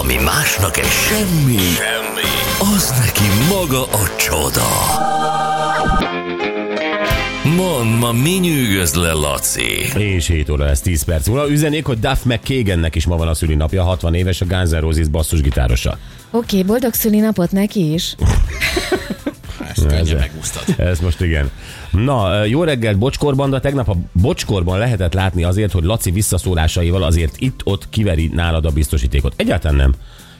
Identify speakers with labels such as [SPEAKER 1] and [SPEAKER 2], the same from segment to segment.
[SPEAKER 1] Ami másnak egy semmi, semmi, az neki maga a csoda. Mond, ma mi nyűgöz le, Laci?
[SPEAKER 2] És 7 óra, ez 10 perc óra. Üzenék, hogy Duff McKagannek is ma van a szülinapja, 60 éves, a Guns N' Roses basszusgitárosa.
[SPEAKER 3] Oké, boldog szülinapot neki is.
[SPEAKER 4] Ezt könnyen megúsztad.
[SPEAKER 2] Ez most igen. Na, jó reggelt Bocskorban, de tegnap a Bocskorban lehetett látni azért, hogy Laci visszaszólásaival azért itt-ott kiveri nálad a biztosítékot. Egyáltalán nem.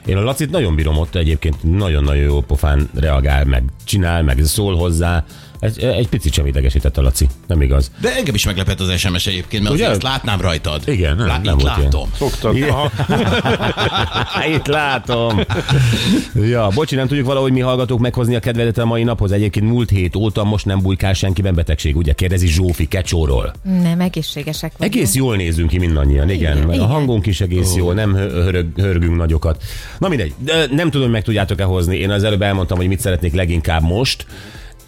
[SPEAKER 2] Én a Lacit nagyon bírom ott egyébként, nagyon-nagyon jó pofán reagál, meg csinál, meg szól hozzá. Egy, egy picit sem idegesített a Laci, nem igaz.
[SPEAKER 4] De engem is meglepett az SMS egyébként, mert
[SPEAKER 2] Ugye?
[SPEAKER 4] azért azt látnám rajtad.
[SPEAKER 2] Igen, nem,
[SPEAKER 4] Lá-
[SPEAKER 2] nem
[SPEAKER 4] itt
[SPEAKER 2] volt ilyen.
[SPEAKER 4] látom.
[SPEAKER 5] Fogtad. Aha.
[SPEAKER 2] Itt látom. Ja, bocsi, nem tudjuk valahogy mi hallgatók meghozni a kedvedet a mai naphoz. Egyébként múlt hét óta most nem bujkál senkiben betegség, ugye? Kérdezi Zsófi Kecsóról.
[SPEAKER 3] Nem, egészségesek vagyunk.
[SPEAKER 2] Egész jól nézünk ki mindannyian, igen.
[SPEAKER 3] Igen,
[SPEAKER 2] igen. A
[SPEAKER 3] igen.
[SPEAKER 2] hangunk is egész jó, nem hö- hörög, hörgünk nagyokat. Na mindegy, de nem tudom, hogy meg tudjátok-e hozni. Én az előbb elmondtam, hogy mit szeretnék leginkább most.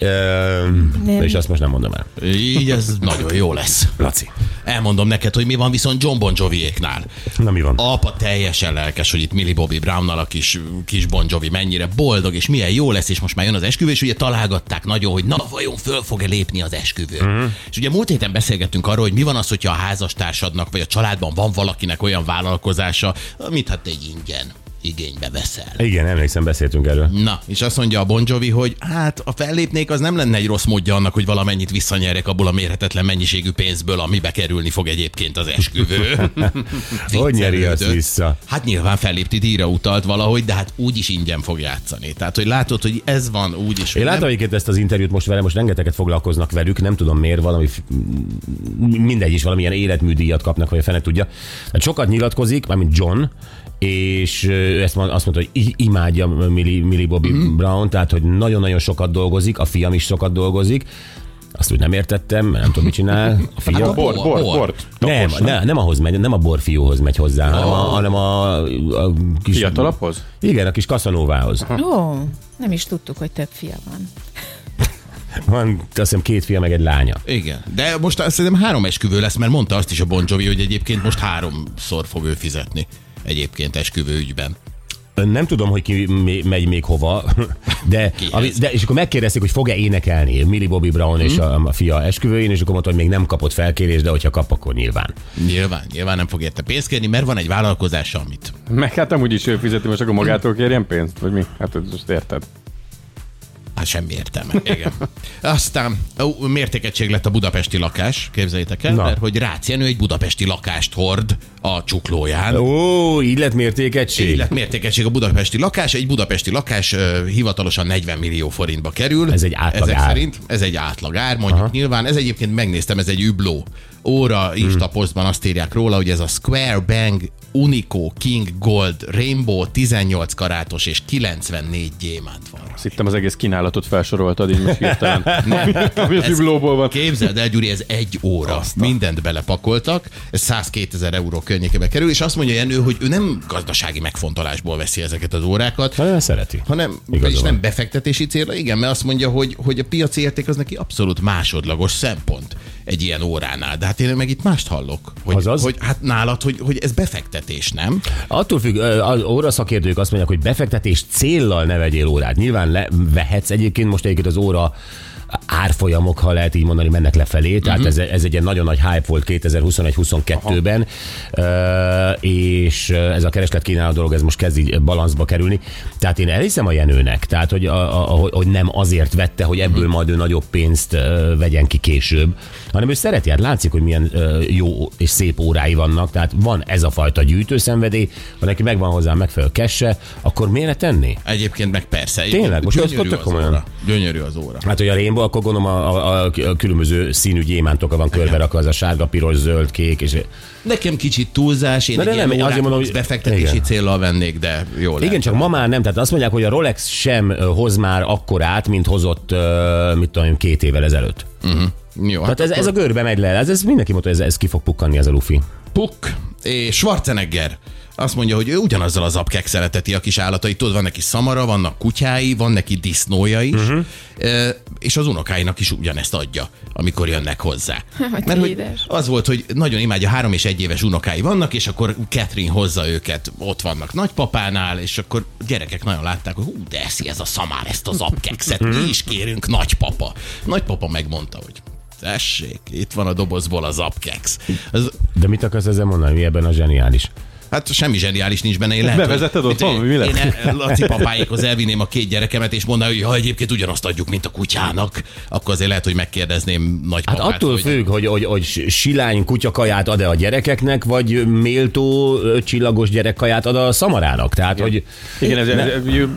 [SPEAKER 2] Öm,
[SPEAKER 3] Nem.
[SPEAKER 2] és azt most nem mondom el.
[SPEAKER 4] Így ez nagyon jó lesz.
[SPEAKER 2] Laci.
[SPEAKER 4] Elmondom neked, hogy mi van viszont John Bon Joviéknál.
[SPEAKER 2] Na mi van?
[SPEAKER 4] Apa teljesen lelkes, hogy itt Millie Bobby Brownnal a kis, kis Bon Jovi mennyire boldog, és milyen jó lesz, és most már jön az esküvő, és ugye találgatták nagyon, hogy na vajon föl fog-e lépni az esküvő.
[SPEAKER 2] Mhm.
[SPEAKER 4] Uh-huh. És ugye múlt héten beszélgettünk arról, hogy mi van az, hogyha a házastársadnak, vagy a családban van valakinek olyan vállalkozása, amit hát egy ingyen igénybe veszel.
[SPEAKER 2] Igen, emlékszem, beszéltünk erről.
[SPEAKER 4] Na, és azt mondja a Bon Jovi, hogy hát a fellépnék az nem lenne egy rossz módja annak, hogy valamennyit visszanyerek abból a mérhetetlen mennyiségű pénzből, amibe kerülni fog egyébként az esküvő.
[SPEAKER 2] Hogy nyeri azt
[SPEAKER 4] Viccelődött.
[SPEAKER 2] vissza?
[SPEAKER 4] Hát nyilván fellépti díjra utalt valahogy, de hát úgy is ingyen fog játszani. Tehát, hogy látod, hogy ez van úgy is.
[SPEAKER 2] Én
[SPEAKER 4] hogy
[SPEAKER 2] látom
[SPEAKER 4] nem-
[SPEAKER 2] egyébként ezt az interjút most vele, most rengeteget foglalkoznak velük, nem tudom miért, valami, f- m- mindegy is, valamilyen életműdíjat kapnak, vagy a fene tudja. Hát sokat nyilatkozik, mármint John, és ö, ő ezt mond- azt mondta, hogy i- imádja Millie, Millie Bobby
[SPEAKER 4] Mhm.
[SPEAKER 2] mm-hmm. Brown, tehát hogy nagyon-nagyon sokat dolgozik, a fiam is sokat dolgozik, azt úgy nem értettem, nem tudom, mit csinál. A
[SPEAKER 4] Hát
[SPEAKER 2] fia,
[SPEAKER 4] a
[SPEAKER 5] Bor, bor,
[SPEAKER 4] Bor.
[SPEAKER 5] bor.
[SPEAKER 2] nem, ne, nem ahhoz megy, nem a borfióhoz megy hozzá, hanem a, hanem a, a kis...
[SPEAKER 5] Fiatalaphoz?
[SPEAKER 2] Igen, a kis kaszanóvához.
[SPEAKER 3] Ó, nem is tudtuk, hogy több fia van.
[SPEAKER 2] Van, azt hiszem, két fia, meg egy lánya.
[SPEAKER 4] Igen, de most azt szerintem három esküvő lesz, mert mondta azt is a Bon Jovi, hogy egyébként most háromszor fog ő fizetni egyébként esküvő ügyben.
[SPEAKER 2] Nem tudom, hogy ki mi- megy még hova, de,
[SPEAKER 4] Kihez?
[SPEAKER 2] ami, de és akkor megkérdezték, hogy fog-e énekelni Millie Bobby Brown és
[SPEAKER 4] Mhm.
[SPEAKER 2] a, a fia esküvőjén, és akkor mondta, hogy még nem kapott felkérést, de hogyha kap, akkor nyilván.
[SPEAKER 4] Nyilván, nyilván nem fog érte pénzt kérni, mert van egy vállalkozása, amit
[SPEAKER 5] Meg hát amúgy is ő fizeti, most akkor magától kérjen pénzt, vagy mi? Hát ez most érted.
[SPEAKER 4] Hát semmi értelme. Igen. Aztán ó, mértékegység lett a budapesti lakás, képzeljétek el,
[SPEAKER 2] Na.
[SPEAKER 4] mert hogy Rácz Jenő egy budapesti lakást hord a csuklóján.
[SPEAKER 2] Ó, így lett mértékegység.
[SPEAKER 4] Így lett mértékegység a budapesti lakás. Egy budapesti lakás ö, hivatalosan 40 millió forintba kerül.
[SPEAKER 2] Ez egy átlag
[SPEAKER 4] Ezek
[SPEAKER 2] ár.
[SPEAKER 4] szerint ez egy átlag ár, mondjuk Aha. nyilván. Ez egyébként megnéztem, ez egy übló. Óra Insta
[SPEAKER 2] Hmm.
[SPEAKER 4] postban azt írják róla, hogy ez a Square Bang Unico King Gold Rainbow 18 karátos és 94 gyémánt van.
[SPEAKER 5] Azt hittem az egész kínálatot felsoroltad, így most hirtelen. Ami az
[SPEAKER 4] Ez-
[SPEAKER 5] üblóból van.
[SPEAKER 4] Képzeld el, Gyuri, ez egy óra. Mindent belepakoltak, ez 102 ezer euró környékebe kerül, és azt mondja Jenő, hogy ő nem gazdasági megfontolásból veszi ezeket az órákat,
[SPEAKER 2] Nagyon szereti.
[SPEAKER 4] hanem
[SPEAKER 2] Hát, Igaza
[SPEAKER 4] és
[SPEAKER 2] van.
[SPEAKER 4] nem befektetési célra, igen, mert azt mondja, hogy, hogy a piaci érték az neki abszolút másodlagos szempont egy ilyen óránál. De hát én meg itt mást hallok. Hogy,
[SPEAKER 2] Azaz?
[SPEAKER 4] hogy hát nálad, hogy, hogy ez befektetés, nem?
[SPEAKER 2] Attól függ, ö, az óraszakértők azt mondják, hogy befektetés céllal ne vegyél órát. Nyilván le, vehetsz egyébként most egyébként az óra árfolyamok, ha lehet így mondani, mennek lefelé, tehát
[SPEAKER 4] Mhm.
[SPEAKER 2] uh-huh. ez, ez egy ilyen nagyon nagy hype volt 2021-22-ben, Ö, és ö, ez a kereslet kínálat dolog, ez most kezd így balanszba kerülni. Tehát én elhiszem a Jenőnek, tehát hogy, a, a, hogy- hogy nem azért vette, hogy ebből majd ő nagyobb pénzt ö, vegyen ki később, hanem ő szereti, hát látszik, hogy milyen ö, jó és szép órái vannak, tehát van ez a fajta gyűjtőszenvedély, ha neki megvan hozzá megfelelő kesse, akkor miért ne tenni?
[SPEAKER 4] Egyébként meg persze.
[SPEAKER 2] Tényleg? Most
[SPEAKER 4] Gyönyörű
[SPEAKER 2] azt
[SPEAKER 4] az
[SPEAKER 2] komolyan?
[SPEAKER 4] óra. Gyönyörű az óra.
[SPEAKER 2] Hát, hogy a rainbow, akkor gondolom a, a, a, a különböző színű gyémántokkal van körbe rakva, az a sárga, piros, zöld, kék, és
[SPEAKER 4] Nekem kicsit túlzás, én
[SPEAKER 2] Na,
[SPEAKER 4] egy
[SPEAKER 2] de
[SPEAKER 4] nem,
[SPEAKER 2] nem,
[SPEAKER 4] ilyen
[SPEAKER 2] azért
[SPEAKER 4] órát
[SPEAKER 2] mondom, hogy-
[SPEAKER 4] befektetési
[SPEAKER 2] Igen.
[SPEAKER 4] célral vennék, de jó lehet.
[SPEAKER 2] Igen, csak ma már nem. Tehát azt mondják, hogy a Rolex sem ö, hoz már akkorát, mint hozott, ö, mit tudom, én, két évvel ezelőtt.
[SPEAKER 4] Jó, hát
[SPEAKER 2] Tehát ez, ez a görbe megy le. Ez, ez mindenki mondta, hogy ez, ez ki fog pukkanni ez a lufi.
[SPEAKER 4] Puk és Schwarzenegger Azt mondja, hogy ő ugyanazzal az apkek szereteti a kis állatait. Tudod, van neki szamara, vannak kutyái, van neki disznója is, uh-huh. és az unokáinak is ugyanezt adja, amikor jönnek hozzá.
[SPEAKER 3] Hogy
[SPEAKER 4] Mert hogy
[SPEAKER 3] édes.
[SPEAKER 4] az volt, hogy nagyon imádja, három és egy éves unokái vannak, és akkor Catherine hozza őket, ott vannak nagypapánál, és akkor gyerekek nagyon látták, hogy hú, de eszi ez a szamár, ezt az apkekszet, mi is kérünk, nagypapa. Nagypapa megmondta, hogy tessék, itt van a dobozból az apkex. Az,
[SPEAKER 2] De mit akarsz ezzel mondani? Mi ebben a zseniális?
[SPEAKER 4] Hát semmi zseniális nincs benne. Én lehet,
[SPEAKER 5] Bevezeted
[SPEAKER 4] hogy-
[SPEAKER 5] otthon,
[SPEAKER 4] Én-
[SPEAKER 5] mi lesz?
[SPEAKER 4] Én el- Laci papáikhoz elvinném a két gyerekemet, és mondanám, hogy ha egyébként ugyanazt adjuk, mint a kutyának, akkor azért lehet, hogy megkérdezném
[SPEAKER 2] Hát
[SPEAKER 4] nagypapát.
[SPEAKER 2] attól
[SPEAKER 4] hogy...
[SPEAKER 2] függ, hogy, hogy, hogy silány kutyakaját ad-e a gyerekeknek, vagy méltó ö, csillagos gyerekkaját ad a szamarának. Tehát, hogy
[SPEAKER 5] Igen, ez, ez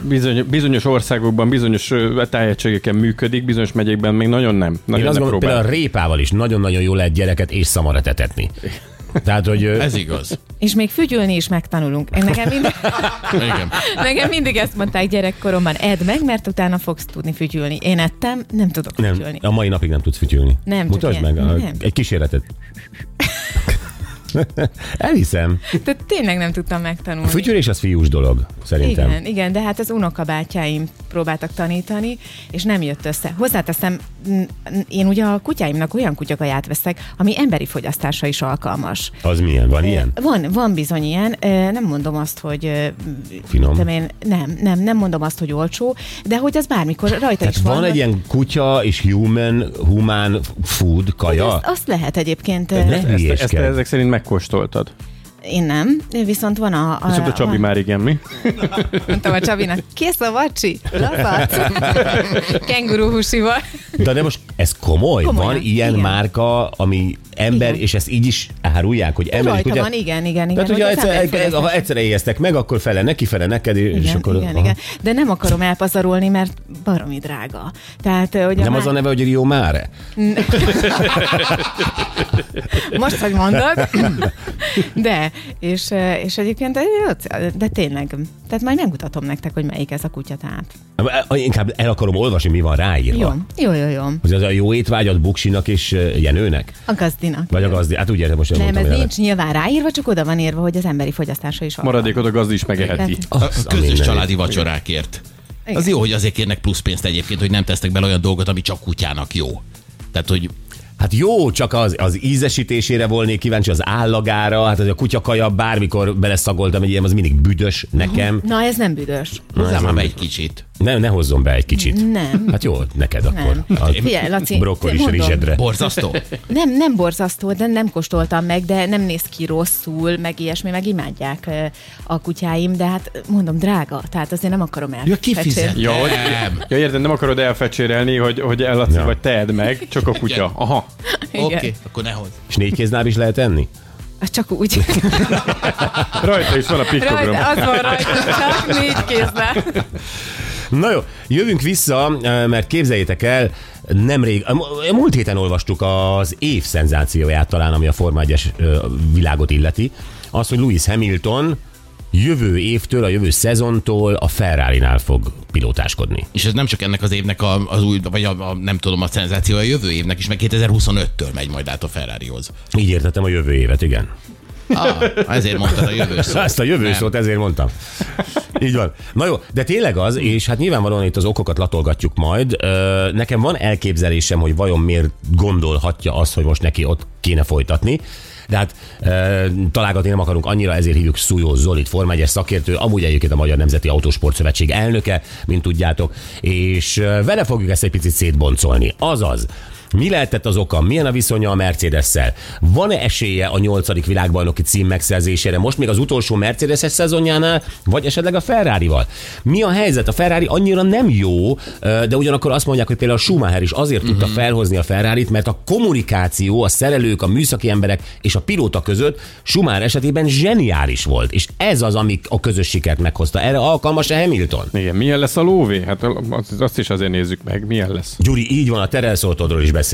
[SPEAKER 5] bizony, bizonyos országokban, bizonyos ö, tájegységeken működik, bizonyos megyékben még nagyon nem. Nagyon
[SPEAKER 2] én
[SPEAKER 5] nem
[SPEAKER 2] azt gondolom,
[SPEAKER 5] próbál.
[SPEAKER 2] például a répával is nagyon-nagyon jó lehet gyereket és szamarat etetni. Tehát, hogy ö,
[SPEAKER 4] Ez igaz.
[SPEAKER 3] És még fütyülni is megtanulunk. Én Nekem mindig,
[SPEAKER 4] Igen.
[SPEAKER 3] nekem mindig ezt mondták gyerekkoromban, edd meg, mert utána fogsz tudni fütyülni. Én ettem, nem tudok
[SPEAKER 2] nem,
[SPEAKER 3] fütyülni.
[SPEAKER 2] a mai napig nem tudsz fütyülni.
[SPEAKER 3] Nem, csak
[SPEAKER 2] Mutasd
[SPEAKER 3] ilyen-
[SPEAKER 2] meg a,
[SPEAKER 3] nem.
[SPEAKER 2] egy kísérletet. Elhiszem.
[SPEAKER 3] Tehát tényleg nem tudtam
[SPEAKER 2] A
[SPEAKER 3] megtanulni.
[SPEAKER 2] fütyülés az fiús dolog, szerintem.
[SPEAKER 3] Igen, igen, de hát az unokabátyáim próbáltak tanítani, és nem jött össze. Hozzáteszem, n- n- én ugye a kutyáimnak olyan kutyakaját veszek, ami emberi fogyasztásra is alkalmas.
[SPEAKER 2] Az milyen? Van ilyen?
[SPEAKER 3] Van, van bizony ilyen, Ö, nem mondom azt, hogy... ö,
[SPEAKER 2] Finom.
[SPEAKER 3] tudom Én, nem, nem, nem mondom azt, hogy olcsó, de hogy az bármikor rajta
[SPEAKER 2] Tehát
[SPEAKER 3] is
[SPEAKER 2] van
[SPEAKER 3] hogy-
[SPEAKER 2] egy ilyen kutya és human, human food kaja?
[SPEAKER 3] Azt, azt lehet egyébként, ö,
[SPEAKER 2] ne
[SPEAKER 5] Ezt, ezt te
[SPEAKER 2] hülyéskedj.
[SPEAKER 5] ezek szerint megkóstoltad.
[SPEAKER 3] én nem, viszont van a... a,
[SPEAKER 5] Viszont a Csabi
[SPEAKER 3] van-
[SPEAKER 5] már igen, mi?
[SPEAKER 3] Mondtam a Csabinak, kész a vacsi, lapac, kenguruhúsival.
[SPEAKER 2] De de most ez komoly?
[SPEAKER 3] Komolyan,
[SPEAKER 2] van ilyen
[SPEAKER 3] igen.
[SPEAKER 2] márka, ami ember,
[SPEAKER 3] Igen.
[SPEAKER 2] és ezt így is árulják, hogy ember és
[SPEAKER 3] Rajta
[SPEAKER 2] kutya-
[SPEAKER 3] van, igen, igen, igen.
[SPEAKER 2] Tehát
[SPEAKER 3] hogy
[SPEAKER 2] ugye
[SPEAKER 3] az
[SPEAKER 2] egyszer,
[SPEAKER 3] emberfogyasztás-
[SPEAKER 2] ez, ha egyszer éjeztek meg, akkor fele neki, fele neked, és
[SPEAKER 3] Igen,
[SPEAKER 2] akkor...
[SPEAKER 3] igen,
[SPEAKER 2] aha.
[SPEAKER 3] igen. De nem akarom elpazarolni, mert baromi drága. Tehát, ö, hogy a
[SPEAKER 2] Nem az a neve, hogy Rio Máre?
[SPEAKER 3] Most, hogy mondod. De, és, ö, és egyébként, de, jó, de tényleg, tehát majd megmutatom nektek, hogy melyik ez a kutyatát.
[SPEAKER 2] Inkább el akarom olvasni, mi van ráírva.
[SPEAKER 3] Jó, jó, jó, jó.
[SPEAKER 2] Hogy az a jó étvágyat Buksinak és ö, Jenőnek?
[SPEAKER 3] A gazdinak.
[SPEAKER 2] Vagy a gazdi? Hát ugye most
[SPEAKER 3] Nem,
[SPEAKER 2] elmondtam
[SPEAKER 3] ez
[SPEAKER 2] a nevet.
[SPEAKER 3] nincs nyilván ráírva, csak oda van írva, hogy az emberi fogyasztása is alkalmas.
[SPEAKER 5] Maradékot a gazdi is megeheti.
[SPEAKER 3] Tehát-
[SPEAKER 2] Az
[SPEAKER 4] A
[SPEAKER 2] a
[SPEAKER 4] közös
[SPEAKER 2] mindenit.
[SPEAKER 4] családi vacsorákért.
[SPEAKER 3] Igen.
[SPEAKER 4] Az jó, hogy azért kérnek plusz pénzt egyébként, hogy nem tesztek bele olyan dolgot, ami csak kutyának jó. Tehát, hogy
[SPEAKER 2] Hát jó, csak az, az ízesítésére volnék kíváncsi, az állagára, hát az a kutyakaja, bármikor beleszagoltam egy ilyen, az mindig büdös nekem.
[SPEAKER 3] Na, ez nem büdös.
[SPEAKER 4] hozzám már egy kicsit.
[SPEAKER 2] Ne, ne hozzon be egy kicsit.
[SPEAKER 3] Nem.
[SPEAKER 2] Hát jó, neked akkor. A
[SPEAKER 3] Figyelj, Laci,
[SPEAKER 2] brokkolis
[SPEAKER 3] mondom.
[SPEAKER 2] rizsedre.
[SPEAKER 4] Borzasztó?
[SPEAKER 3] Nem, nem borzasztó, de nem kóstoltam meg, de nem néz ki rosszul, meg ilyesmi, meg imádják ö, a kutyáim, de hát mondom, drága, tehát azért nem akarom el.
[SPEAKER 4] Ja, kifizet.
[SPEAKER 5] Ja, hogy-
[SPEAKER 4] Nem.
[SPEAKER 5] Ja, érted, nem akarod elfecsérelni, hogy, hogy el, Laci,
[SPEAKER 2] Ja.
[SPEAKER 5] vagy teed meg, csak a kutya.
[SPEAKER 4] Igen.
[SPEAKER 5] Aha.
[SPEAKER 4] Oké, okay, akkor ne hozz.
[SPEAKER 2] És négykéznál is lehet enni?
[SPEAKER 3] Az Hát csak úgy.
[SPEAKER 5] Rajta is van a piktogram.
[SPEAKER 3] rajta, az van rajta, csak négy kézzel.
[SPEAKER 2] Na jó, jövünk vissza, eh, mert képzeljétek el, nemrég, a mu- a múlt héten olvastuk az év szenzációját talán, ami a Forma 1 világot illeti. Az, hogy Lewis Hamilton jövő évtől, a jövő szezontól a Ferrari-nál fog pilótáskodni.
[SPEAKER 4] És ez nem csak ennek az évnek a, az új, vagy a, a, nem tudom, a szenzáció a jövő évnek is, meg 2025-től megy majd át a Ferrarihoz.
[SPEAKER 2] Így értettem a jövő évet, igen.
[SPEAKER 4] Ah, ezért mondtad a jövő szót.
[SPEAKER 2] Ezt a jövő
[SPEAKER 4] Nem.
[SPEAKER 2] szót ezért mondtam. Így van. Na jó, de tényleg az, és hát nyilvánvalóan itt az okokat latolgatjuk majd. Ö, Nekem van elképzelésem, hogy vajon miért gondolhatja azt, hogy most neki ott kéne folytatni. De hát e, találgatni nem akarunk annyira, ezért hívjuk Szújó Zolit, Forma 1-es szakértő, amúgy egyébként a Magyar Nemzeti Autósport Szövetség elnöke, mint tudjátok, és ö, vele fogjuk ezt egy picit szétboncolni. Azaz, mi lehetett az oka? Milyen a viszonya a Mercedes-szel? Van-e esélye a nyolcadik világbajnoki cím megszerzésére? Most még az utolsó Mercedes-es szezonjánál, vagy esetleg a Ferrari-val? Mi a helyzet? A Ferrari annyira nem jó, ö, de ugyanakkor azt mondják, hogy például a Schumacher is azért uh-huh. tudta felhozni a Ferrari-t, mert a kommunikáció a szerelők, a műszaki emberek és a pilóta között Schumacher esetében zseniális volt. És ez az, ami a közös sikert meghozta. Erre alkalmas a Hamilton?
[SPEAKER 5] Igen, milyen lesz a lóvé? Hát azt- azt is azért nézzük meg, milyen lesz.
[SPEAKER 2] Gyuri, így van, a terelszoltodról is beszéljünk.